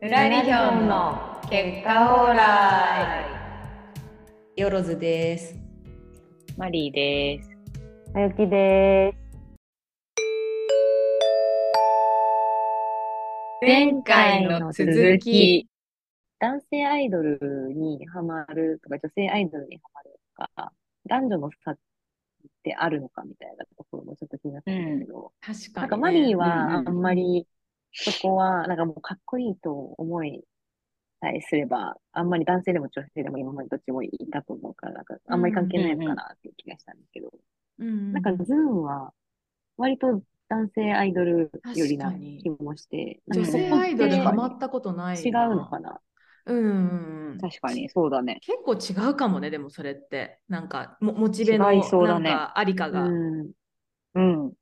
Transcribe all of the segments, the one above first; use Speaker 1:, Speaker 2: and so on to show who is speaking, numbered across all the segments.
Speaker 1: プラリヒョンの結果オーライ
Speaker 2: よろずです。
Speaker 3: マリーです。
Speaker 4: あゆきで
Speaker 1: 前回の続き。
Speaker 4: 男性アイドルにハマるとか、女性アイドルにハマるとか、男女の差ってあるのかみたいなところもちょっと気になったんですけど、
Speaker 2: 確
Speaker 4: なんかマリーは
Speaker 3: う
Speaker 4: あ
Speaker 3: ん
Speaker 4: んまりそこは、なんかもうかっこいいと思いさえすれば、あんまり男性でも女性でも今までどっちもいたと思うから、なんかあんまり関係ないのかなっていう気がしたんですけど、
Speaker 2: うん
Speaker 4: なんかズーンは割と男性アイドルよりな
Speaker 2: 確かに
Speaker 4: 気もして、なん
Speaker 2: 女
Speaker 4: かそこ
Speaker 2: 性アイドル
Speaker 4: って
Speaker 2: ハマったことない
Speaker 4: 違う
Speaker 2: な
Speaker 4: のかな
Speaker 2: うんうんうん
Speaker 3: 確かに、そうだね。
Speaker 2: 結構違うかもねでもそれってなんかもモチベの
Speaker 3: 違いそうだね
Speaker 2: なんかありかが、
Speaker 4: うん、
Speaker 3: うん。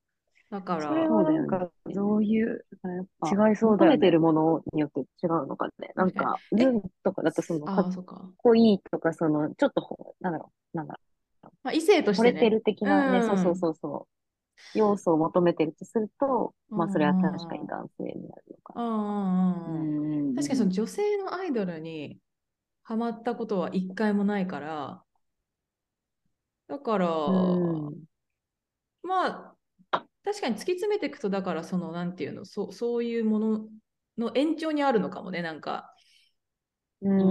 Speaker 2: だから
Speaker 3: それ
Speaker 4: そう
Speaker 3: は
Speaker 4: だ
Speaker 3: な
Speaker 4: よ
Speaker 3: ん
Speaker 4: ね
Speaker 3: か、どういう、
Speaker 4: やっぱ
Speaker 3: 違いそう
Speaker 4: 求
Speaker 3: だよ
Speaker 4: めて
Speaker 3: ね。
Speaker 4: るものによって違うのかね。なんか、
Speaker 2: え
Speaker 4: ズンとかだとその、か
Speaker 2: ああ
Speaker 4: っ
Speaker 2: そうか、
Speaker 4: こいいとか、その、ちょっとほ、なんだろう、なんだろ
Speaker 2: まあ、異性と
Speaker 4: う、
Speaker 2: し
Speaker 4: 惚
Speaker 2: て
Speaker 4: れ
Speaker 2: ね
Speaker 4: てる的なね、
Speaker 2: うん
Speaker 4: そうそうそうそう、要素を求めてるとすると、まあ、それは確かに男性になるの
Speaker 2: う
Speaker 4: か。
Speaker 2: んうんうんうん確かにその
Speaker 3: の、
Speaker 2: 女性のアイドルにハマったことは一回もないからだから、
Speaker 4: うん、
Speaker 2: まあ確かに突き詰めていくとだからそのなんていうのそうそういうものの延長にあるのかもねなんか
Speaker 4: うん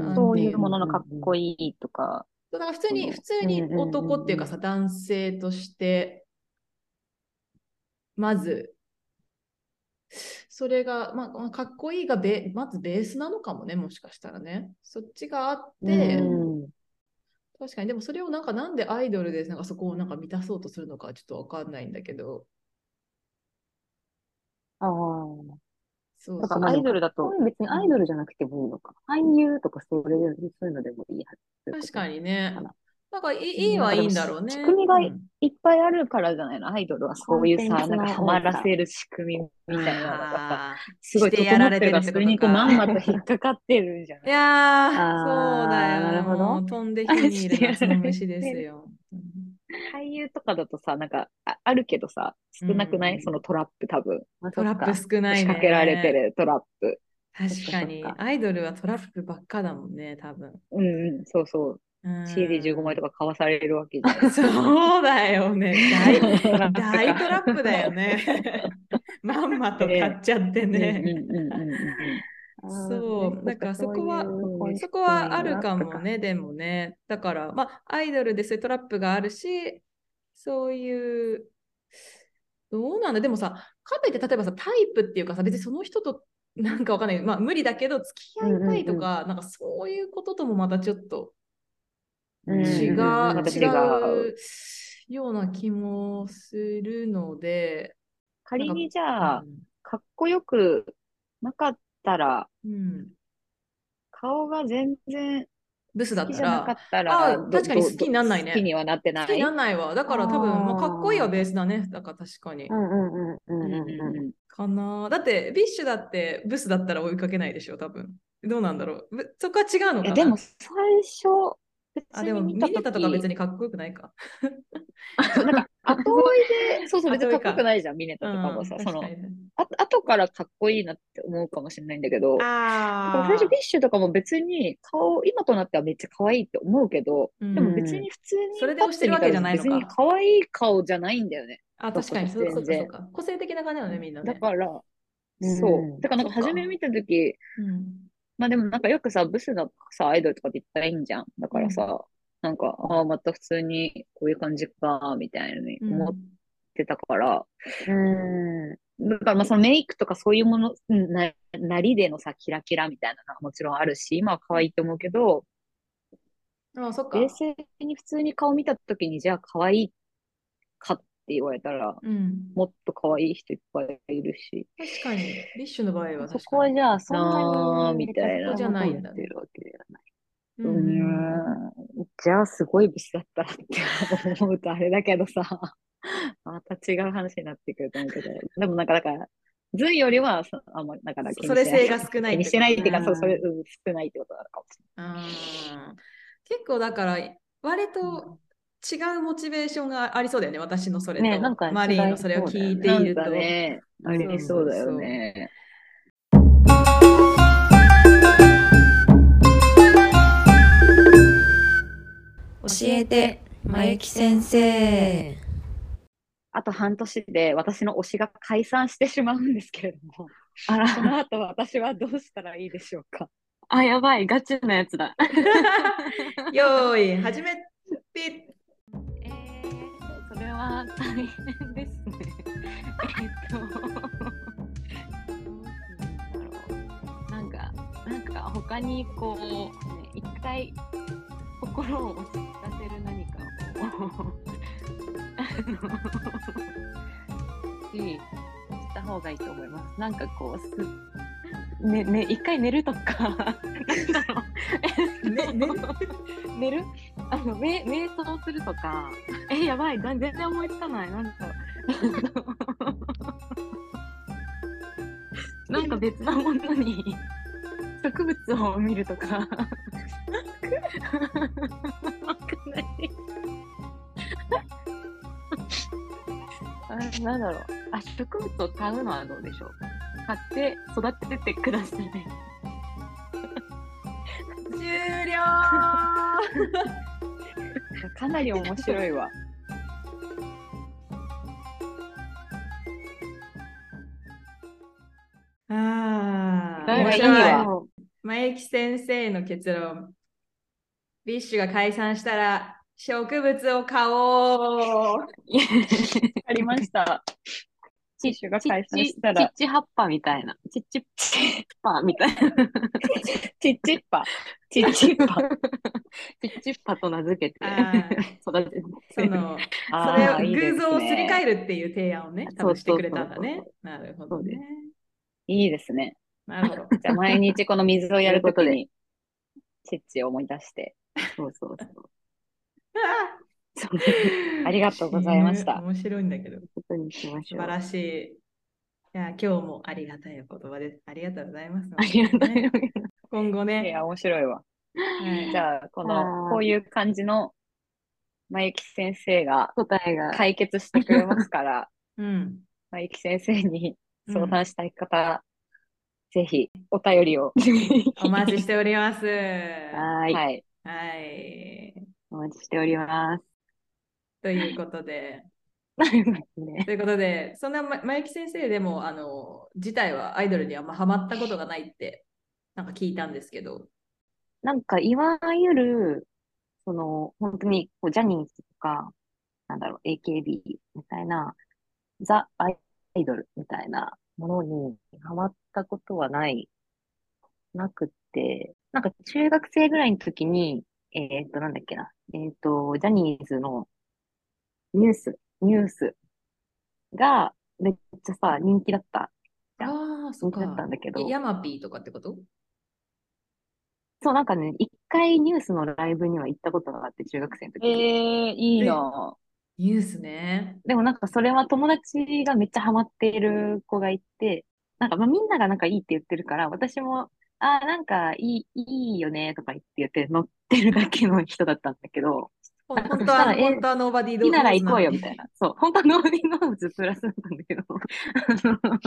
Speaker 2: うん
Speaker 3: そういうもののかっこいいとか、
Speaker 2: そうなんか普通
Speaker 3: そう
Speaker 2: に
Speaker 3: ね
Speaker 2: 普通に
Speaker 4: うんうんうんうん
Speaker 2: 男っていうかさ男性としてまずそれが、まあまあ、かっこいいがベまずベースなのかもねもしかしたらねそっちがあって、
Speaker 4: うん
Speaker 2: 確かにでもそれをなんかなんでアイドルでなんかそこをなんか満たそうとするのかちょっとわかんないんだけど
Speaker 4: ああ。
Speaker 2: そう
Speaker 4: だか
Speaker 2: そう
Speaker 4: ら
Speaker 3: アイドルだと、
Speaker 4: 別にアイドルじゃなくてもいいのか。俳優とかそれで、そういうのでもいいはず。
Speaker 2: 確かにね
Speaker 4: かな
Speaker 2: なんかいいいいはいいんだろうね
Speaker 3: 仕組みが
Speaker 2: うん
Speaker 3: いっぱいあるからじゃないの。アイドルはそういう
Speaker 4: コンテ
Speaker 3: さ、
Speaker 4: ン
Speaker 3: な
Speaker 4: ツの
Speaker 3: んかハマらせる仕組みみたいなのがさ、
Speaker 2: あ
Speaker 3: すごい
Speaker 2: してやられてるってことか
Speaker 3: 整ってるからそれにこうまんまと引っかかってるんじゃ
Speaker 2: ーい
Speaker 3: ない
Speaker 2: やー
Speaker 4: あー
Speaker 2: そうだよ
Speaker 4: なるほど
Speaker 2: もう飛んで火に入れる夏の虫です よ
Speaker 3: 俳優とかだとさ、なんかああるけどさ、少なくな
Speaker 2: うん
Speaker 3: いそのトラップ多分。
Speaker 2: トラップ少ないね
Speaker 3: 仕掛けられてるトラップ。
Speaker 2: 確かに
Speaker 4: そっかそっ
Speaker 2: アイドルはトラップばっかだもんね多分
Speaker 3: うんうん、そうそう。
Speaker 2: うん
Speaker 3: CD15 枚とか買わされるわけじゃん。
Speaker 2: そうだよね大
Speaker 3: トラップか
Speaker 2: 大トラップだよ ねまんまと買っちゃって
Speaker 3: うん
Speaker 2: ね、
Speaker 3: うんうんうんうん
Speaker 2: そうなんかそこは
Speaker 3: うん
Speaker 2: そこはあるかも。ね、でもね。だから、まあ、アイドルでそういうトラップがあるし、そういう、どうなんだ、でもさ、かといって、例えばさ、タイプっていうかさ、別にその人となんかわかんない、まあ、無理だけど、付き合いたいとか、なんかそういうことともまたちょっと
Speaker 4: うんうんうん
Speaker 2: 違う、
Speaker 3: また違う
Speaker 2: 違うような気もするので、
Speaker 3: 仮にじゃあ
Speaker 2: う、
Speaker 3: かっこよくなかったら、
Speaker 2: んうん、
Speaker 3: 顔が全然
Speaker 2: ブスだ
Speaker 3: 好
Speaker 2: っ
Speaker 3: きじ
Speaker 2: た
Speaker 3: ゃな
Speaker 2: ら
Speaker 3: か、った
Speaker 2: あ
Speaker 3: ら、
Speaker 2: ー
Speaker 3: ど
Speaker 2: 確かに
Speaker 3: ど
Speaker 2: 好きになんないね
Speaker 3: 好きにはなってな
Speaker 2: 好きに
Speaker 3: い。
Speaker 2: なんないわ。だから多分、
Speaker 4: あー
Speaker 2: まあ、かっこいいはベースだね。だから確かに
Speaker 4: う。んうんうんうんうんうん。
Speaker 2: かなだって、ビッシュだってブスだったら追いかけないでしょ、多分。どうなんだろう。ぶそこは違うの
Speaker 3: い
Speaker 2: か
Speaker 3: や、
Speaker 2: な
Speaker 3: でも最初、
Speaker 2: あ、
Speaker 3: 普
Speaker 2: で
Speaker 3: 通
Speaker 2: も、
Speaker 3: に
Speaker 2: ミ
Speaker 3: 見
Speaker 2: ネタとか別
Speaker 3: 時
Speaker 2: にかっこよくないか。
Speaker 3: そうなんか、後追いで、そうそう、別にかっこよくないじゃん、ミネ
Speaker 2: う
Speaker 3: タとかもさ、その、
Speaker 2: 確かにね
Speaker 3: あ後からかっこいいなって思うかもしれないんだけど、だから
Speaker 2: あ
Speaker 3: 最初ビッシュとかも別に顔、今となってはめっちゃ可愛いって思うけど、
Speaker 2: ー
Speaker 3: で
Speaker 2: う
Speaker 3: も
Speaker 2: ん
Speaker 3: 別に普通に
Speaker 2: それで推してるわけじゃないのか
Speaker 3: パッて見たら別に可愛い顔じゃないんだよね。
Speaker 2: あ、確かに、そう
Speaker 3: 全
Speaker 2: そう
Speaker 3: 然
Speaker 2: かそうか。個性的な感じだよね、みんなね。
Speaker 3: だから、
Speaker 4: うん
Speaker 3: そう。だからなんか
Speaker 2: そっか
Speaker 3: 初め見たとき、
Speaker 2: うん
Speaker 3: まあでもなんかよくさ、ブスのさ、アイドルとかって言ったらいいんじゃん。だからさ、なんか、ああ、また普通にこういう感じか、みたいなに
Speaker 2: うん
Speaker 3: 思ってたから、
Speaker 4: うん。
Speaker 3: だからまあそのメイクとかそういうもの、うんな、なりでのさ、キラキラみたいなのはもちろんあるし、今は可愛いと思うけど、
Speaker 2: あ、そっか。
Speaker 3: 冷静に普通に顔見たときに、じゃあ可愛いかって言われたら、
Speaker 2: うん、
Speaker 3: もっと可愛い人いっぱいいるし。
Speaker 2: 確かに、ビッシュの場合は確か
Speaker 4: そ
Speaker 2: に。
Speaker 4: こはじゃあ、そんな
Speaker 3: なー
Speaker 4: に
Speaker 3: みたいな
Speaker 4: めちゃくち求めてるわけではない。
Speaker 2: う
Speaker 3: うんーん。じゃあすごいブスだったらって思うとあれだけどさ、また違う話になってくると思うけど。でもなんかだから、ズンよりはそあんまり、だから気に
Speaker 2: それ
Speaker 3: してない
Speaker 2: 性が少ない
Speaker 3: 気にしてないっていう
Speaker 4: う
Speaker 3: か、
Speaker 4: ん
Speaker 3: そう、それ、うん、少ないってことなのかもし
Speaker 2: あー結構だから割と違うモチベーションがありそうだよね、私のそれと、
Speaker 4: ねなんか
Speaker 2: マリーのそれを聞い
Speaker 3: れ
Speaker 2: て
Speaker 3: ない。
Speaker 2: いる
Speaker 3: なん
Speaker 2: と。
Speaker 3: かね、ありそうだよね。
Speaker 5: えて、まゆき先生。
Speaker 3: あと半年で私の推しが解散してしまうんですけれども、
Speaker 4: あら
Speaker 3: その後私はどうしたらいいでしょうか。
Speaker 4: あ、やばい、ガチなやつだ。
Speaker 2: よーい、始めピ
Speaker 4: えー、それは大変ですね。えっと、どうするんだろう。なんか、なんか他にこう、ね、一回心を落ち着かせる何かを、 あの、し、した方がいいと思います。なんかこう、す ね、ね、一回寝るとか、なんだろ う。
Speaker 2: ね寝
Speaker 4: 寝
Speaker 2: る
Speaker 4: るあの、め瞑想するとか、え、やばい、だ全然思いつかない、なんか。 なんか別なものに植物を見るとか。わかんない。あなんだろう。あ、植物を買うのはどうでしょう。買って育ててください。
Speaker 2: 終了
Speaker 3: かなり面白いわ。
Speaker 2: ああ、
Speaker 3: い
Speaker 2: 面
Speaker 3: やいい
Speaker 2: 白 い。
Speaker 3: わ
Speaker 2: 前木先生の結論。ビッシュが解散したら植物を買おう。
Speaker 3: ありました。
Speaker 4: ち
Speaker 3: ティッシュが解散した
Speaker 4: ち
Speaker 3: ら
Speaker 4: っ、ち葉っぱみたいな。ちっちっぱみたいな。
Speaker 3: チッチッパ。チッチッ パ。
Speaker 4: ちっちっぱと名付けて
Speaker 2: あー
Speaker 4: 育てて。
Speaker 2: その、それ
Speaker 3: あ
Speaker 2: を
Speaker 3: ーいいです
Speaker 2: 偶像をすり替
Speaker 3: ね。
Speaker 2: えるっていう提案をね、多分してくれたんだね。なるほどね。
Speaker 3: いいですね。
Speaker 2: なるほど。
Speaker 3: じゃあ毎日この水をやること
Speaker 4: そう
Speaker 3: に、チッチを思い出して。
Speaker 4: そうそうそう。
Speaker 3: そうありがとうございました
Speaker 2: 死 ぬ面白いんだけど、
Speaker 4: ことにしまし
Speaker 2: 素
Speaker 4: ょう。
Speaker 2: 晴
Speaker 4: あ
Speaker 2: らしい。いや、今日もありがたいお言葉です。ありがとうございます。
Speaker 4: りがとうございます。
Speaker 2: 今後
Speaker 3: い
Speaker 2: ね、
Speaker 3: や、面白いわ。
Speaker 2: はい
Speaker 3: じゃあ、この
Speaker 4: あ、ー
Speaker 3: こういう感じの、まゆき先生が
Speaker 4: 答えが。
Speaker 3: 解決してくれますから、
Speaker 2: うん。
Speaker 3: まゆき先生に
Speaker 2: うん
Speaker 3: 相談したい方、ぜひ、お便りを。
Speaker 2: お待ちしております。
Speaker 4: はい。
Speaker 3: はい。
Speaker 2: はい。
Speaker 4: お待ちしております。
Speaker 2: ということで、
Speaker 4: ね
Speaker 2: ということで、そんなま、まゆき先生でも、あの、自体はアイドルにあんまハマったことがないって、なんか聞いたんですけど。
Speaker 4: なんか、いわゆる、その、本当に、こう、ジャニーズとか、なんだろう、AKB みたいな、ザ・アイドルみたいなものにハマったことはない、なくって、なんか、中学生ぐらいの時に、えーっと、なんだっけな、えーっと、ジャニーズのニュース、ニュースが、めっちゃさ、人気だった。
Speaker 2: ああ、そ
Speaker 4: 人気だったんだけど、
Speaker 2: ヤマピーとかってこと
Speaker 4: そう、なんかね、一回ニュースのライブには行ったことがあって、中学生の時
Speaker 3: え
Speaker 4: に。
Speaker 3: ー、いいな
Speaker 2: ニュースね。
Speaker 4: でもなんかそれは友達がめっちゃハマっている子がいて、なんかまあみんながなんかいいって言ってるから、私も、ああ、なんかいい、いいよねとか言って言って乗ってるだけの人だったんだけど、
Speaker 2: ほん
Speaker 4: あ
Speaker 2: 本
Speaker 4: そし
Speaker 2: 当
Speaker 4: た
Speaker 2: は、
Speaker 4: らえ
Speaker 2: 本当はノーバディ
Speaker 4: 好きなら行こうよ
Speaker 2: ノー
Speaker 4: みたいな。そう、本当はノーディーノーズプラスなんだけど、あの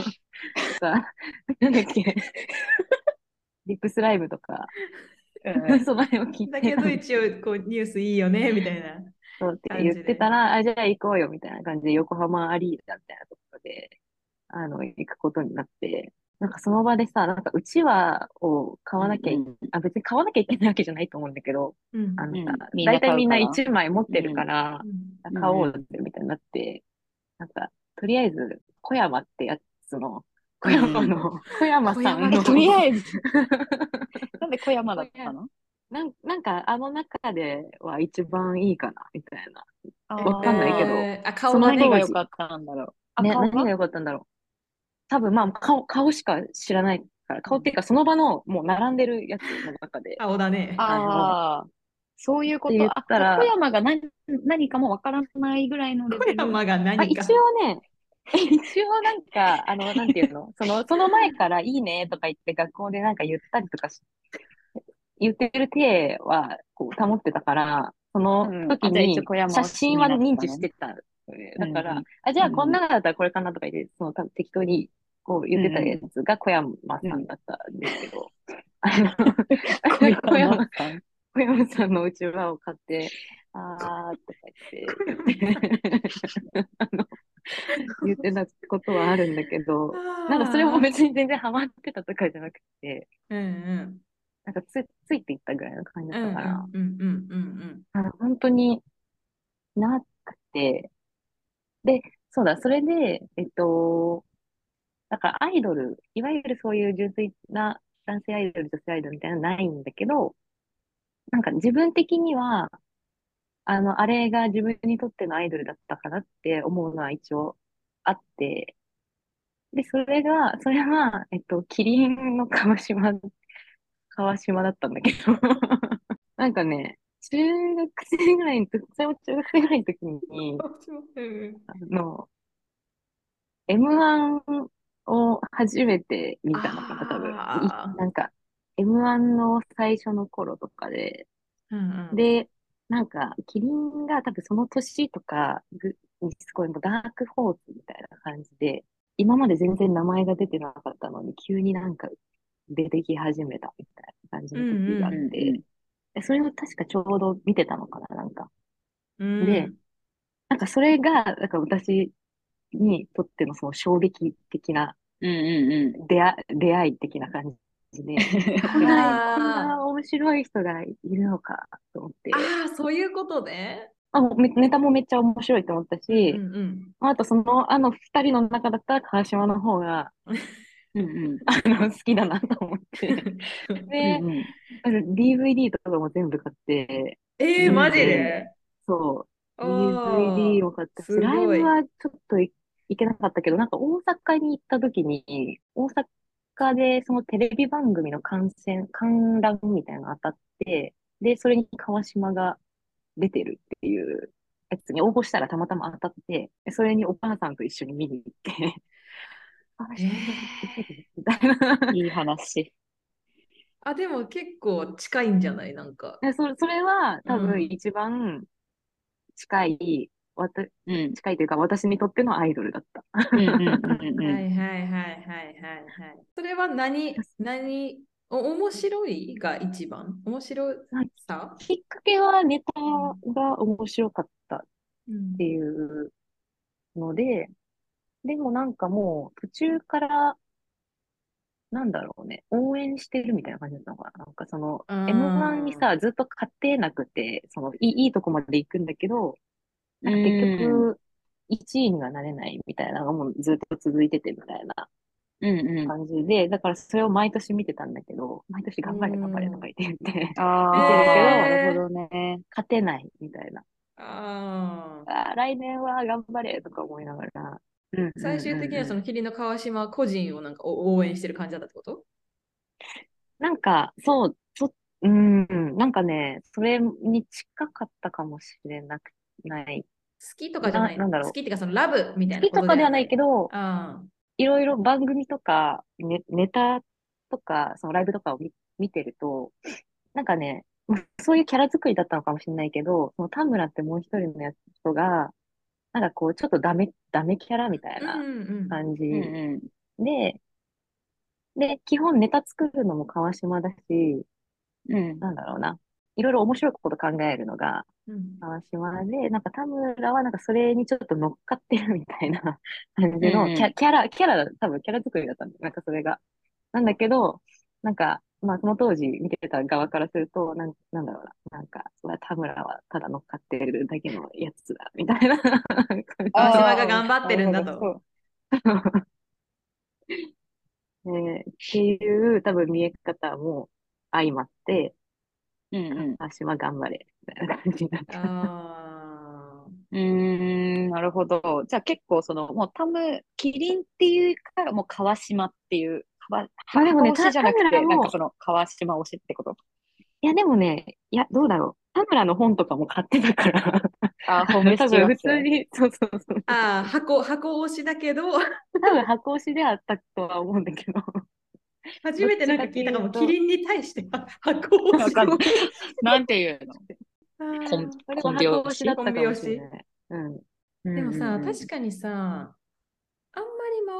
Speaker 4: さ、なんだっけ、リップスライブとか、
Speaker 3: うん
Speaker 4: その辺を聞い
Speaker 2: だ
Speaker 4: て
Speaker 2: け
Speaker 4: たん
Speaker 2: ど、
Speaker 4: だ
Speaker 2: 一応、こう、ニュースいいよね、みたいな。
Speaker 4: そうって
Speaker 2: 感じ
Speaker 4: 言
Speaker 2: で
Speaker 4: ってたら、あ、じゃあ行こうよみたいな感じで、横浜アリーナみたいなところで、あの、行くことになって、なんかその場でさ、なんかうちわを買わなきゃい、あ、別に買わなきゃいけないわけじゃないと思うんだけど、
Speaker 2: うん。
Speaker 4: あのさ、
Speaker 3: うんみんな
Speaker 4: 大体
Speaker 3: 買う
Speaker 4: みんな
Speaker 3: から
Speaker 4: 1枚持ってるから
Speaker 2: う、ん
Speaker 3: ん
Speaker 4: 買おうぜみたいになって、なんか、とりあえず、小山ってやつの、小山の、小山さんの、
Speaker 3: とりあえず、 なんで小山だったの
Speaker 4: なん、なんかあの中では一番いいかな、みたいな。
Speaker 3: あ
Speaker 4: わかんないけど
Speaker 2: えーあ、
Speaker 4: そ
Speaker 2: 顔
Speaker 4: の
Speaker 2: が
Speaker 3: 何
Speaker 4: 辺当
Speaker 2: ね
Speaker 3: が
Speaker 4: 時
Speaker 3: 良かったんだろう。あ、
Speaker 4: ね、
Speaker 3: 顔が
Speaker 4: 何が良かったんだろう。多分まあ顔、顔しか知らないから、顔っていうかその場のもう並んでるやつの中で、
Speaker 2: 顔だね。
Speaker 3: ああ、そういうこ
Speaker 4: って言
Speaker 3: と。
Speaker 4: っ
Speaker 3: あ、
Speaker 4: たら
Speaker 3: 小山が何、何かもわからないぐらいのレ
Speaker 2: 小
Speaker 3: ベル。
Speaker 2: 山が
Speaker 4: あ、
Speaker 2: 何
Speaker 4: 一
Speaker 2: か。
Speaker 4: 応ね、一応なん か、あの、なんていうの、その、その前からいいねとか言って学校でなんか言ったりとかし、言ってる体はこう保ってたから、その
Speaker 3: うん
Speaker 4: 時
Speaker 3: じゃあ
Speaker 4: に
Speaker 3: 一応小山
Speaker 4: 写真は
Speaker 3: を好きになっ
Speaker 4: 認
Speaker 3: たの
Speaker 4: 知
Speaker 3: ね
Speaker 4: してた。
Speaker 3: う
Speaker 4: だ
Speaker 3: ん
Speaker 4: から、
Speaker 3: うん
Speaker 4: あ、じゃあこんなのだったらこれかなとか言って、その多分適当にこう言ってたやつが小山さんだったんですけど、あの 小山
Speaker 3: さん。
Speaker 4: 小山さんのうちわを買って、あーとか言って、あの、言ってたことはあるんだけど、なんかそれも別に全然ハマってたとかじゃなくて、
Speaker 2: うんうん
Speaker 4: なんかつついていったぐらいの感じ
Speaker 2: う
Speaker 4: だ
Speaker 2: ん
Speaker 4: っ
Speaker 2: うん
Speaker 4: たから、
Speaker 2: うんうんうん
Speaker 4: あの本当になくて、で、そうだ、それで、えっと、だからアイドル、いわゆるそういう純粋な男性アイドル、女性アイドルみたいなのないんだけど、なんか自分的には、あの、あれが自分にとってのアイドルだったかなって思うのは一応あって、で、それが、それは、えっと、キリンの川島、川島だったんだけど、 なんかね、中学生ぐらいの時、それも中学生ぐらいの時に、
Speaker 2: うん
Speaker 4: あの、M1 を初めて見たのかな、多分。
Speaker 2: あー
Speaker 4: いなんか、M1 の最初の頃とかで、
Speaker 2: うんうん
Speaker 4: で、なんか、キリンが多分その年とかぐにすごいもうダークホースみたいな感じで、今まで全然名前が出てなかったのに、急になんか出てき始めたみたいな感じの時があっ
Speaker 3: うんうんう
Speaker 4: て、でそれを確かちょうど見てたのかな、なんか。
Speaker 2: うん
Speaker 4: でなんかそれが、なんか私にとってのその衝撃的な
Speaker 3: うんうん
Speaker 4: 出会、出会い的な感じ で、こんな、こん
Speaker 2: あー
Speaker 4: な面白い人がいるのかと思って、
Speaker 2: あーそういうことね。
Speaker 4: あ、もうめネタもめっちゃ面白いと思った
Speaker 2: う
Speaker 4: し、
Speaker 2: んうん
Speaker 4: あとその、あの二人の中だったら川島の方が、
Speaker 3: うん。うんうん。
Speaker 4: あの、好きだなと思 って。で、
Speaker 3: うんうん
Speaker 4: あの DVD とかも全部買って、
Speaker 2: えー、マジで
Speaker 3: で
Speaker 4: そう、
Speaker 2: あー
Speaker 4: DVD も買ったし、
Speaker 2: すごい
Speaker 4: ライブはちょっとい行けなかったけど、なんか大阪に行った時に、大阪でそのテレビ番組の観戦、観覧みたいなの当たって、で、それに川島が出てるっていうやつに応募したらたまたま当たって、それにお母さんと一緒に見に行って、 川島出てるみたいな。
Speaker 3: いい話。
Speaker 2: あ、でも結構近いんじゃないなんか。
Speaker 4: でそそれは多
Speaker 2: う
Speaker 4: 分
Speaker 2: ん
Speaker 4: 一番近い、わた
Speaker 3: うん。
Speaker 4: 近いというか私にとってのアイドルだった。
Speaker 3: うんうんうん
Speaker 2: はい
Speaker 3: う
Speaker 2: はい
Speaker 3: ん。
Speaker 2: はいはいはいはい。それは何、何、お面白いが一番面白さ
Speaker 4: きっかけはネタが面白かったっ
Speaker 2: うん
Speaker 4: ていうので、でもなんかもう途中から、なんだろうね、応援してるみたいな感じだったのかな。なんかその、
Speaker 2: あー
Speaker 4: M1 にさ、ずっと勝てなくて、そのいい、いいとこまで行くんだけど、なんか結局、1位にはなれないみたいなのがもうずっと続いててみたいな
Speaker 3: うんうん。
Speaker 4: 感じで、だからそれを毎年見てたんだけど、毎年頑張れ頑張れとか言ってて、
Speaker 3: ああ、な
Speaker 2: えー
Speaker 3: るほどね。
Speaker 4: 勝てないみたいな。
Speaker 2: あー
Speaker 4: あー来年は頑張れとか思いながら。うん
Speaker 2: 最終的にはそ
Speaker 4: の、
Speaker 2: のキリンの川島個人をなんかお応援してる感じだったってこと
Speaker 4: なんか、そう、そ、うん、なんかね、それに近かったかもしれなくない。
Speaker 2: 好きとかじゃない
Speaker 4: ななんだろう
Speaker 2: 好きっていうかそのラブみた
Speaker 4: 好
Speaker 2: いな
Speaker 4: き
Speaker 2: こと
Speaker 4: かではないけ
Speaker 2: ど。
Speaker 4: ど、
Speaker 2: あー
Speaker 4: いろいろ番組とか、ね、ネタとか、そのライブとかを見、見てると、なんかね、まあそういうキャラ作りだったのかもしれないけど、その田村ってもう一人のやつ人が、なんかこう、ちょっとダメ、ダメキャラみたい
Speaker 2: うん
Speaker 4: な
Speaker 2: うん
Speaker 4: 感じ
Speaker 3: うんうん。
Speaker 4: で、で、基本ネタ作るのも川島だし、
Speaker 3: うん。
Speaker 4: なんだろうな。いろいろ面白いこと考えるのが
Speaker 2: うん
Speaker 4: 川島で、なんか田村はなんかそれにちょっと乗っかってるみたいな 感じ
Speaker 3: うんう
Speaker 4: の
Speaker 3: ん
Speaker 4: キャ、キャラ、キャラ、多分キャラ作りだったんだよなんかそれが。なんだけど、なんか、まあその当時見てた側からすると、なん、なんだろうな。なんか、それは田村はただ乗っかってるだけのやつだ、みたいな 感じ
Speaker 2: 川
Speaker 3: あー
Speaker 2: 島が頑張ってるんだと。
Speaker 4: そう。えーっていう多分見え方も相まって、
Speaker 3: うん
Speaker 4: 川島頑張れ、みたいな感じになった。
Speaker 2: あ
Speaker 3: うん。うーん、なるほど。じゃあ結構その、もうタム、キリンっていうから、もう川島っていう、川、
Speaker 4: まあでもね
Speaker 3: 推しじゃなく
Speaker 4: 田村
Speaker 3: て、
Speaker 4: も
Speaker 3: なんかその川島推しってこと
Speaker 4: いや、でもね、いや、どうだろう。田村の本とかも買ってたから、
Speaker 3: あ あ、ホーム
Speaker 4: 多
Speaker 3: スチュ
Speaker 4: 分
Speaker 3: ア
Speaker 4: 普
Speaker 3: ー
Speaker 4: 通に、そうそうそう。
Speaker 2: ーあー、箱、箱推しだけど、
Speaker 4: 多分箱推しであったとは思うんだけど。
Speaker 2: 初めてなんか聞いたかも、
Speaker 4: どっちかっ
Speaker 2: キ
Speaker 4: て
Speaker 2: リンに対して箱推し。
Speaker 3: わかんない。なんていうのコン
Speaker 4: それ
Speaker 3: コ
Speaker 4: は
Speaker 3: ンビ
Speaker 4: 箱
Speaker 3: 推
Speaker 4: 推
Speaker 3: し
Speaker 4: しだったかもしれない。うん。
Speaker 2: でもさ、
Speaker 3: うん
Speaker 2: 確かにさ、あんま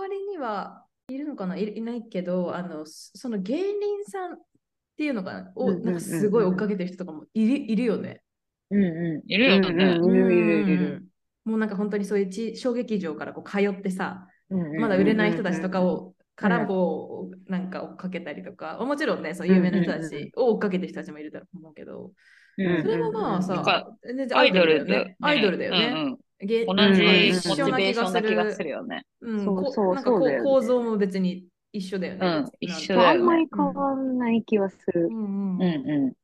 Speaker 2: り周りにはいるのかない、いないけど、あの、そその芸人さんっていうのが、
Speaker 4: うん
Speaker 2: を
Speaker 4: うんうんうん
Speaker 2: なんかすごい追っかけてる人とかもいるいるよね。
Speaker 3: うんうん。いる
Speaker 4: う
Speaker 3: よ
Speaker 4: ん
Speaker 3: ね。
Speaker 4: うん、いるいるいるいる。
Speaker 2: うんもうなんか本当にそういうち小劇場からこう通ってさ、
Speaker 3: うんうん
Speaker 2: まだ売れない人たちとか
Speaker 4: うん
Speaker 2: を、からこう、なんか追っかけたりとか、もちろんね、そう有名な人たちを追っかけてる人たちもいると思うけど、
Speaker 3: うん
Speaker 2: それはまあさ、
Speaker 3: うんうんうん
Speaker 2: 全然
Speaker 3: アイドル
Speaker 2: だ
Speaker 3: だ
Speaker 2: よ
Speaker 3: よ
Speaker 2: ね
Speaker 3: ね。。
Speaker 2: アイドルだよ
Speaker 3: う
Speaker 2: ね。
Speaker 3: んうん
Speaker 2: 芸
Speaker 3: 同
Speaker 4: う
Speaker 3: じ
Speaker 4: んうん
Speaker 3: モチベーションな気がするよね。
Speaker 2: うん、
Speaker 4: そう
Speaker 2: こ
Speaker 4: そう
Speaker 2: なんかこ
Speaker 4: そうだよね
Speaker 2: 構造も別に一緒だよね。
Speaker 3: うん
Speaker 2: 別になんか
Speaker 3: 一緒
Speaker 4: まあ
Speaker 3: だ
Speaker 4: あ
Speaker 3: よ
Speaker 4: ん
Speaker 3: ね
Speaker 4: まり変わんない気はする
Speaker 2: う。んうん
Speaker 3: うんう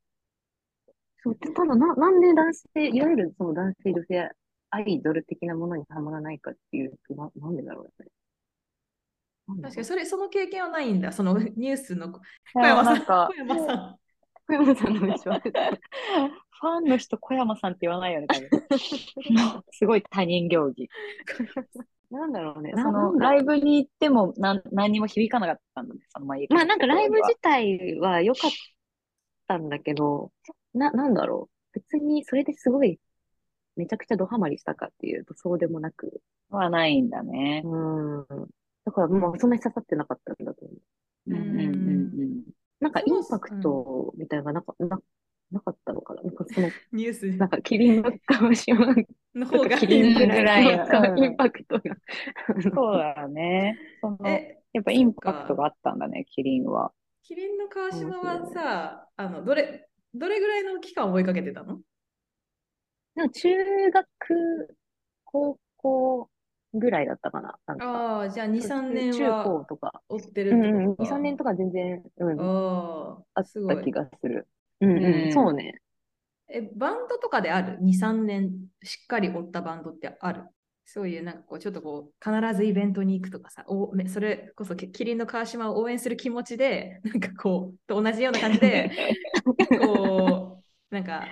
Speaker 4: そう、ただな、なんで男性、いわゆるその男性、女性、アイドル的なものにはまらないかっていうと、な、なんでだろうね。なんだ
Speaker 2: 確
Speaker 4: ろ
Speaker 2: かにそれその経験はないんだ。その ニュースの小
Speaker 3: ん。
Speaker 2: 小山さん
Speaker 3: なんか、
Speaker 2: 小山さん。
Speaker 4: う。小山さんの話は。
Speaker 3: ファンの人、小山さんって言わないよね、多分すごい他人行儀。
Speaker 4: なんだろうね。
Speaker 3: そ
Speaker 4: ななん
Speaker 3: の、
Speaker 4: だ
Speaker 3: ライブに行ってもなん何にも響かなかったんだね、その前
Speaker 4: まあなんかライブ自体は良かったんだけど、な、なんだろう。別にそれですごい、めちゃくちゃドハマりしたかっていうとそうでもなく。
Speaker 3: はないんだね
Speaker 4: う。ん。だからもうそんなに刺さってなかったんだと思う。
Speaker 3: うんうんうんうん。
Speaker 4: なんかイ
Speaker 2: そうっ
Speaker 4: ン
Speaker 2: す
Speaker 4: パクトみたいなのがなか、な、なかったのかな。なんかその、
Speaker 2: ニュース
Speaker 4: なんかキリンの川島
Speaker 2: の方
Speaker 4: と
Speaker 2: が
Speaker 4: かキリンぐらい
Speaker 3: うん
Speaker 4: のインパクトが。
Speaker 3: そうだね。その、
Speaker 2: え
Speaker 3: やっぱインパクトがあったんだね、キリンは。
Speaker 2: キリンの川島
Speaker 4: 面
Speaker 2: は
Speaker 4: 白い
Speaker 2: さ、あのどれどれぐらいの期間追いかけてたの
Speaker 4: でも中学、高校ぐらいだったかな。なんか
Speaker 2: ああ、じゃあ2、3年
Speaker 4: 中高
Speaker 2: は
Speaker 4: とか。
Speaker 2: 追ってる
Speaker 4: う
Speaker 2: っ
Speaker 4: ん
Speaker 2: てこと
Speaker 4: うん、2、3年とか全然、うん、あっ
Speaker 2: ああ、すご
Speaker 4: た気
Speaker 2: い。
Speaker 4: がする。うん
Speaker 3: う
Speaker 4: うんん、そうね。
Speaker 2: え、バンドとかである ?2、3年しっかり追ったバンドってあるそういうなんかこうちょっとこう必ずイベントに行くとかさ、おめそれこそキキリンの川島を応援する気持ちで、なんかこう、と同じような感じで、こう、なんか、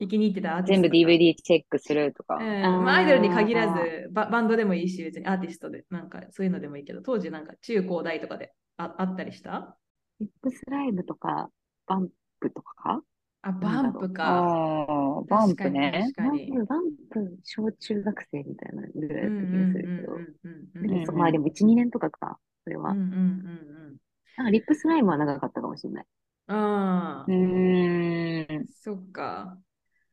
Speaker 2: 行きに行ってたアーティス
Speaker 3: 全
Speaker 2: ト
Speaker 3: 部
Speaker 2: とか
Speaker 3: DVD チェックするとか
Speaker 2: う。んまあ、
Speaker 4: あー
Speaker 2: アイドルに限らずバ、バンドでもいいし、別にアーティストで、なんかそういうのでもいいけど、当時なんか中高大とかでああったりした
Speaker 4: リップスライムとか、バンプとか、
Speaker 2: あ、バンプか。
Speaker 3: ああ、バンプね
Speaker 2: 確。か
Speaker 4: バン
Speaker 2: に。
Speaker 4: プ、バンプ、小中学生みたいなぐらいだった気がするけど。
Speaker 2: うんうんうんうんうん
Speaker 4: なんかそ
Speaker 3: うん
Speaker 4: まあでも1、2年とかか、それ
Speaker 2: う
Speaker 4: は。
Speaker 2: んうん
Speaker 4: なんかリップスライムは長かったかもしれない。
Speaker 2: うん。ああ
Speaker 3: う、ん。
Speaker 2: そっか。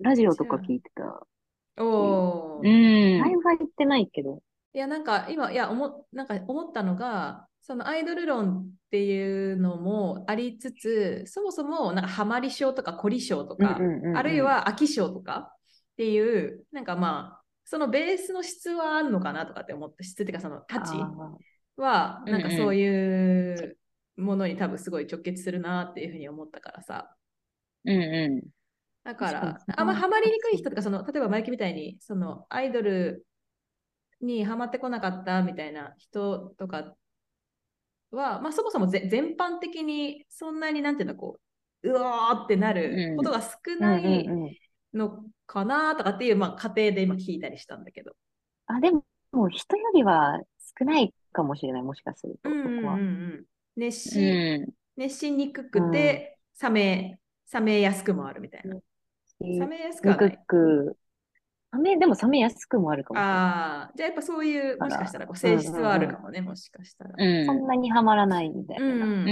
Speaker 4: ラジオとか聞いてた。
Speaker 2: おお。
Speaker 3: う
Speaker 2: い
Speaker 3: ん。
Speaker 4: ライブは行ってないけど。
Speaker 2: や、なんか今、いや、思っなんか思ったのが、そのアイドル論っていうのもありつつ、そもそもなんかハマり症とか凝り症とか、あるいは飽き性とかっていう、なんかまあ、そのベースの質はあるのかなとかって思った質っていうか、その
Speaker 4: あ
Speaker 2: 価値
Speaker 4: ー、
Speaker 2: は、なんか
Speaker 3: うんうん
Speaker 2: そういうものに多分すごい直結するなっていうふうに思ったからさ。
Speaker 3: うんう
Speaker 2: だか
Speaker 4: 確
Speaker 2: ら
Speaker 4: かに、
Speaker 2: あんまハマりにくい人とか、その例えばマイキみたいに、そのアイドルにハマってこなかったみたいな人とかは、まあそもそもぜ全般的にそんなになんていうの、こう、うわーってなることが少
Speaker 4: うん
Speaker 2: ない、
Speaker 4: うんうん。
Speaker 2: のかなとかっていう、まあ、過程で今聞いたりしたんだけど。
Speaker 4: あ、でも、もう人よりは少ないかもしれない、もしかすると、そこは。
Speaker 2: 熱
Speaker 3: ん。
Speaker 2: し、
Speaker 3: う
Speaker 2: 熱しにくくて、冷め、冷めやすくもあるみたいな。冷めやすくはな
Speaker 4: 憎
Speaker 2: い。
Speaker 4: く、サメ、でもサメ安くもあるかもしれない。
Speaker 2: ああ、じゃあやっぱそういう、もしかしたらこう
Speaker 4: うんうん
Speaker 2: 性質はあるかもね、もしかしたら。
Speaker 3: ん。う
Speaker 4: そ
Speaker 3: ん
Speaker 4: ん。なにはまらないみたい
Speaker 2: うん
Speaker 4: な。
Speaker 2: うん
Speaker 3: ん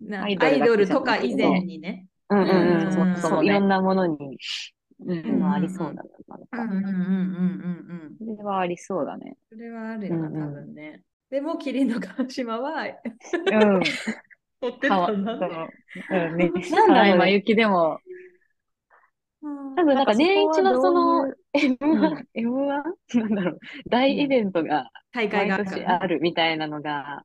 Speaker 3: うん
Speaker 2: な
Speaker 3: ア
Speaker 2: ア
Speaker 3: イ
Speaker 2: イ
Speaker 3: ドルだけ
Speaker 2: ドル
Speaker 3: じゃ
Speaker 2: と
Speaker 3: な
Speaker 2: か
Speaker 3: いけど
Speaker 2: 以前にね。
Speaker 4: うんうんうん
Speaker 2: うん
Speaker 4: そううんそう、いろんなものに、
Speaker 3: う
Speaker 4: そういうの
Speaker 3: ん。
Speaker 4: はありそうだな、なん
Speaker 2: うん
Speaker 4: か。
Speaker 2: うんうんうんうんうん。
Speaker 3: それはありそうだね。
Speaker 2: それはあるよな、
Speaker 4: うんうん
Speaker 2: 多分ね。でも、キリンの川島は、
Speaker 3: う ん。
Speaker 2: 追ってたんだね。
Speaker 3: うん、ね、
Speaker 4: なんだろうね
Speaker 3: 今雪でも、
Speaker 2: うん
Speaker 4: 多分なんか年一のそ
Speaker 3: なん
Speaker 4: の
Speaker 3: か
Speaker 4: M1、M1? なんだろう、大イベントが
Speaker 2: 大
Speaker 4: 毎
Speaker 2: 会があるか
Speaker 4: 年
Speaker 2: ら
Speaker 4: あるみたいなのが、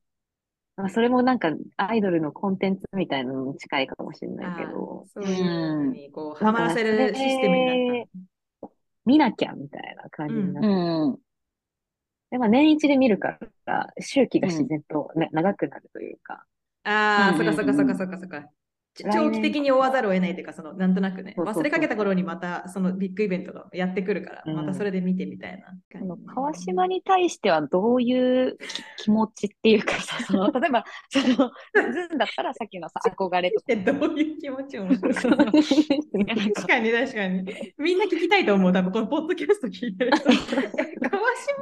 Speaker 4: まあ、それもなんかアイドルのコンテンツみたいなのに近いかもしれないけど、
Speaker 2: あーそういうふうにこう、
Speaker 4: な
Speaker 2: は
Speaker 4: んか
Speaker 2: まらせるシステムになったの。
Speaker 4: 見なきゃみたいな感じにな
Speaker 3: う
Speaker 4: って、
Speaker 3: ん。
Speaker 4: でまあ年一で見るから、周期が自然とね、長くなるというか、
Speaker 2: ああ、
Speaker 3: うん
Speaker 2: そ
Speaker 3: うん
Speaker 2: っ
Speaker 3: う
Speaker 2: か
Speaker 3: ん
Speaker 2: そっかそっかそっかそっか。ち
Speaker 4: 来年
Speaker 2: 長期的に追わざるを得ないというか、そのなんとなくね、
Speaker 4: そうそうそう
Speaker 2: 忘れかけた頃にまたそのビッグイベントがやってくるから、
Speaker 4: うん
Speaker 2: またそれで見てみたいな
Speaker 3: あ
Speaker 2: 感
Speaker 3: の
Speaker 2: じ。
Speaker 3: 川島に対してはどういうき気持ちっていうかさ、そ の例えば、その、ズンだったらさっきのさ、憧れと
Speaker 2: ってどういう気持ち面白い
Speaker 3: か。なん
Speaker 2: 確
Speaker 3: か
Speaker 2: かに確かに。みんな聞きたいと思う、多分このポッドキャスト聞いてる人。川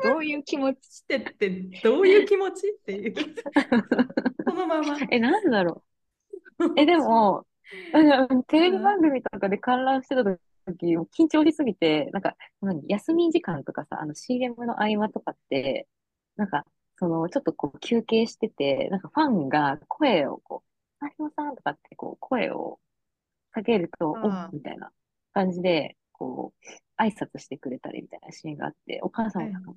Speaker 2: 島
Speaker 3: どういう気持ち
Speaker 2: ってってどういう気持ちっていう。このまま。
Speaker 4: え、なんだろう。え、でも、うんテレビ番組とかで観覧してた時時、もう緊張しすぎて、なんか、何休み時間とかさ、あの CM の合間とかって、なんか、その、ちょっとこう休憩してて、なんかファンが声をこう、マリオさんとかってこう声をかけると、
Speaker 2: ああ
Speaker 4: おみたいな感じで、こう、挨拶してくれたりみたいなシーンがあって、お母さんもなんか、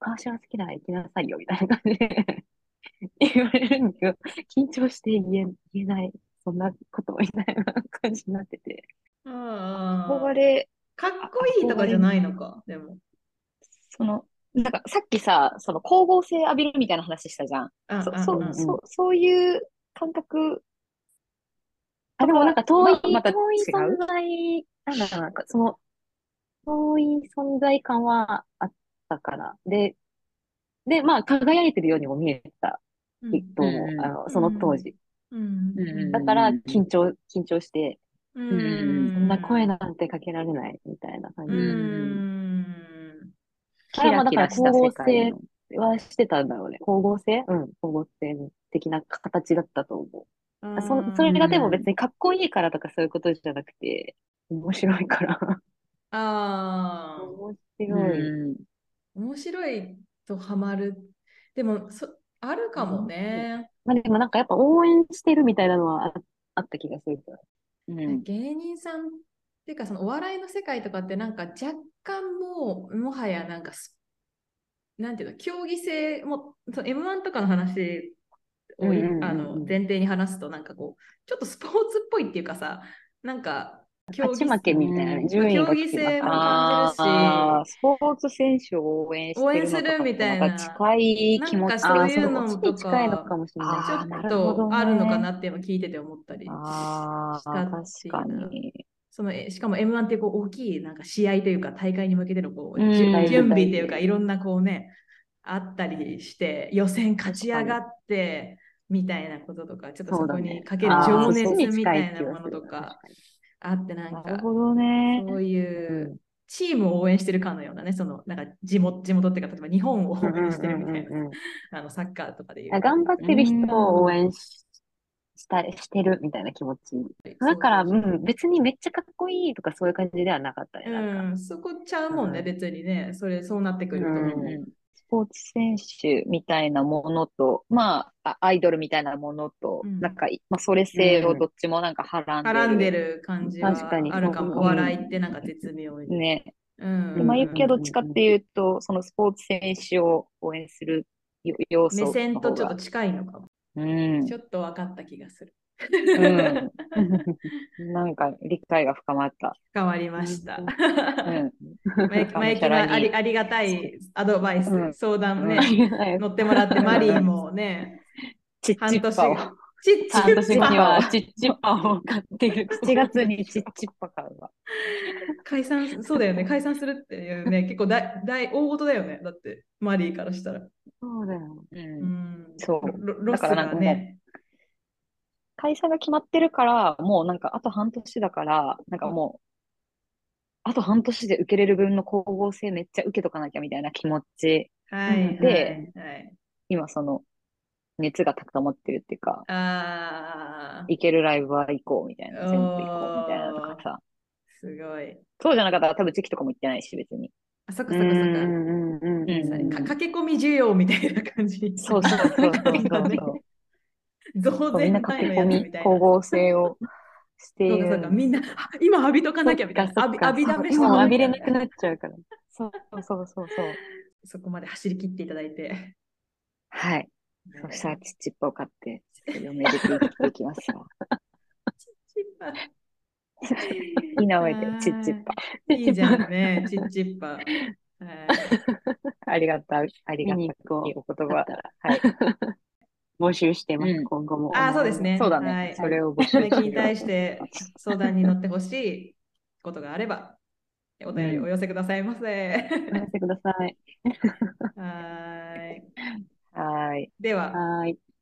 Speaker 4: 川島好きなら行きなさいよ、みたいな感じで 言われるんだけど、緊張して言え、言えない、そんなことみたいな感じになってて。
Speaker 2: あー
Speaker 3: 憧れ、
Speaker 2: かっこいいとかじゃないのか、でも。
Speaker 3: その、なんかさっきさ、その光合成浴びるみたいな話したじゃん。
Speaker 2: あ
Speaker 3: そ
Speaker 2: あ
Speaker 3: そ
Speaker 2: あ
Speaker 3: う、そう、そういう感覚。
Speaker 4: あ、でもなんか遠い、
Speaker 3: ままた
Speaker 4: 遠い
Speaker 3: 違う
Speaker 4: 存在、なんだろうな、なんかその、遠い存在感はあったから。で、で、まあ、輝いてるようにも見えた、
Speaker 2: う
Speaker 4: きっ
Speaker 2: ん
Speaker 4: と、
Speaker 3: うんうん
Speaker 4: あの、その当時。
Speaker 2: うん
Speaker 3: うん
Speaker 4: だから、緊張、緊張して、
Speaker 2: うん
Speaker 3: うん
Speaker 4: そんな声なんてかけられない、みたいな感
Speaker 2: う
Speaker 4: じ。
Speaker 2: ん
Speaker 4: あれはまあだから
Speaker 3: キラキラした世界の
Speaker 4: はしてたんだろうね。光合成うん、光合成的な形だったと思う。
Speaker 2: あ
Speaker 4: そ
Speaker 2: ー
Speaker 4: それがでも別にかっこいいからとかそういうことじゃなくて、面白い から。
Speaker 2: あー
Speaker 4: 面
Speaker 3: う
Speaker 4: 白い。
Speaker 3: ん。
Speaker 2: 面白いとハマる。でも、そあるかもね。
Speaker 4: まあでもなんかやっぱ応援してるみたいなのはああった気がするけど。
Speaker 3: うん。
Speaker 2: 芸人さんっていうか、そのお笑いの世界とかって、なんか若干もう、もはやなんかす、なんていうの、競技性も、その M1 とかの話をい、
Speaker 4: うんうんうんうん
Speaker 2: あの前提に話すと、なんかこう、ちょっとスポーツっぽいっていうかさ、なんか、競
Speaker 4: 勝ち負けみたいな
Speaker 3: うん
Speaker 4: ね。順位が
Speaker 2: 競技性も感じるし
Speaker 3: あースポーツ選手を応援してる
Speaker 2: 応援するみたいな
Speaker 3: なんか近い気持
Speaker 2: なん
Speaker 3: ち
Speaker 2: かそう
Speaker 4: ああ、
Speaker 2: いう
Speaker 4: そ
Speaker 2: のと
Speaker 4: っ
Speaker 2: か
Speaker 4: ちに近いのかもしれない。
Speaker 3: あ
Speaker 2: ちょ
Speaker 3: ー
Speaker 2: っ
Speaker 4: なるほ
Speaker 2: と
Speaker 4: どね
Speaker 2: あるのかなって今聞いてて思ったり。
Speaker 3: ああ、
Speaker 2: した
Speaker 3: 確
Speaker 2: って
Speaker 3: か
Speaker 2: いう
Speaker 3: に。
Speaker 2: そのえしかも M1 ってこう大きいなんか試合というか大会に向けてのこう、
Speaker 4: うん
Speaker 2: じゅ
Speaker 4: 大事
Speaker 2: 準備
Speaker 4: 大事
Speaker 2: というかいろんなこうねあったりして予選勝ち上がってみたいなこととかちょっとそ
Speaker 4: そうだ
Speaker 2: こ
Speaker 4: ね
Speaker 2: にかける
Speaker 3: あー
Speaker 2: 情
Speaker 3: そ
Speaker 2: 熱
Speaker 3: っち
Speaker 2: みたいなものとかあってなん
Speaker 3: な
Speaker 2: か
Speaker 3: るほどね。
Speaker 2: そういううチームを応援してる感のようなねそのなんか地元地元っていうか例えば日本を応援してるみたいなあのサッカーとかでいう
Speaker 4: あ頑張ってる人を応援ししたしてるみたいな気持ち。だから、、
Speaker 2: そううそうん
Speaker 4: 別にめっちゃかっこいいとかそういう感じではなかったね。
Speaker 2: そう
Speaker 4: なんか、
Speaker 2: うんそこちゃうもんね
Speaker 4: うん
Speaker 2: 別にねそれそうなってくると
Speaker 3: うん
Speaker 2: 思う。
Speaker 3: うんスポーツ選手みたいなものと、まあ、あアイドルみたいなものと、
Speaker 2: うん
Speaker 3: なんか、まあ、それ性をどっちもなんかはらんでる。
Speaker 2: 絡んでる感じは
Speaker 4: 確かに
Speaker 2: あるか
Speaker 4: う
Speaker 2: も。
Speaker 4: ん
Speaker 2: お笑いってなんか絶妙に。
Speaker 3: ね。
Speaker 2: うん
Speaker 3: で、
Speaker 4: まあ
Speaker 3: ま
Speaker 4: ゆ
Speaker 3: ゆ
Speaker 4: っ
Speaker 3: っ
Speaker 4: き
Speaker 3: き
Speaker 4: は
Speaker 3: は
Speaker 4: ど
Speaker 3: どっ
Speaker 4: っち
Speaker 3: ち
Speaker 4: か
Speaker 3: か
Speaker 4: っ
Speaker 3: ってていうと、そのスポーツ選手を応援するよ要素
Speaker 2: 目線とちょっ
Speaker 3: の
Speaker 2: と近いのかも。
Speaker 3: 方がうん
Speaker 2: ちょっと分かった気がする。
Speaker 3: んなん か理解が深まった。
Speaker 2: 変わりました。
Speaker 3: うん。
Speaker 2: マイキマイキのありありがたいアドバイス、
Speaker 3: うん
Speaker 2: 相談ね、
Speaker 4: ね
Speaker 2: 乗ってもらって、マリーもね、
Speaker 3: チッ
Speaker 2: 半
Speaker 3: チ
Speaker 2: 年
Speaker 3: ッパを。
Speaker 2: ちっちゃ
Speaker 4: 半年後には
Speaker 2: は
Speaker 4: チッチッパを買ってる。
Speaker 3: 7月にチッチッパ買うわ。
Speaker 2: 解散、そうだよね、解散するっていうね、結構大大大事だよね、だって、マリーからしたら。
Speaker 4: そうだよ。
Speaker 3: う。
Speaker 2: うんん、
Speaker 3: そう
Speaker 2: ロロス
Speaker 3: だからなん
Speaker 2: が
Speaker 3: かもう
Speaker 2: ね、
Speaker 3: 開催が決まってるから、もうなんかあと半年だから、なんかもう、あと半年で受けれる分の光合成めっちゃ受けとかなきゃみたいな気持ち、
Speaker 2: はい、
Speaker 3: で
Speaker 2: はい、はい。
Speaker 3: 今その、熱が高まってるっていうか、
Speaker 2: ああ、
Speaker 3: 行けるライブは行こうみたいな、
Speaker 2: おー
Speaker 3: 全部行こうみたいなとかさ。
Speaker 2: すごい。
Speaker 3: そうじゃなかったら多分チェキとかも行ってないし、別に。
Speaker 2: あ、そっか
Speaker 4: う
Speaker 2: そ
Speaker 4: ん
Speaker 2: っかそっ
Speaker 4: う
Speaker 2: か。
Speaker 4: んうん
Speaker 3: うん
Speaker 2: さ
Speaker 4: うん。
Speaker 2: か駆け込み需要みたいな感じ。
Speaker 3: そうそうそうそうそ うそう。
Speaker 2: 増
Speaker 3: そうみん
Speaker 2: 税
Speaker 3: な駆
Speaker 2: 前
Speaker 3: け込
Speaker 2: のや
Speaker 3: み
Speaker 2: つみたい
Speaker 3: 光
Speaker 2: な。
Speaker 3: 合成をしてい
Speaker 2: そうかそう
Speaker 3: る
Speaker 2: か、。みんな、あ今浴びとかなきゃみたいな。
Speaker 4: そっ
Speaker 2: 浴び
Speaker 4: か
Speaker 2: 浴びだめし
Speaker 4: そう
Speaker 2: た
Speaker 4: 今
Speaker 2: の
Speaker 4: 浴び
Speaker 2: み
Speaker 4: れ
Speaker 2: たいな
Speaker 4: なくなっちゃうから。
Speaker 3: そうそうそうそう。
Speaker 2: そこまで走り切っていただいて。
Speaker 3: はい。そしたらチッチッパを買って、嫁で生きていきますよ。井上でチッチッパ。
Speaker 2: いいじゃんね、チッチッパ。はい
Speaker 3: ありがたい、ありが
Speaker 4: 見
Speaker 3: たい
Speaker 4: に行こう
Speaker 3: お言葉。はい。
Speaker 4: 募集してます、
Speaker 3: うん
Speaker 4: 今後も。
Speaker 2: あー、そうですね。
Speaker 3: そうだ
Speaker 2: は
Speaker 3: ね。
Speaker 2: い
Speaker 3: それを募集
Speaker 2: 最近に対して相談に乗ってほしいことがあれば、お便りお寄せくださいませ。
Speaker 4: お寄せください。
Speaker 2: はーい。
Speaker 3: はい。
Speaker 2: では。
Speaker 4: はーい。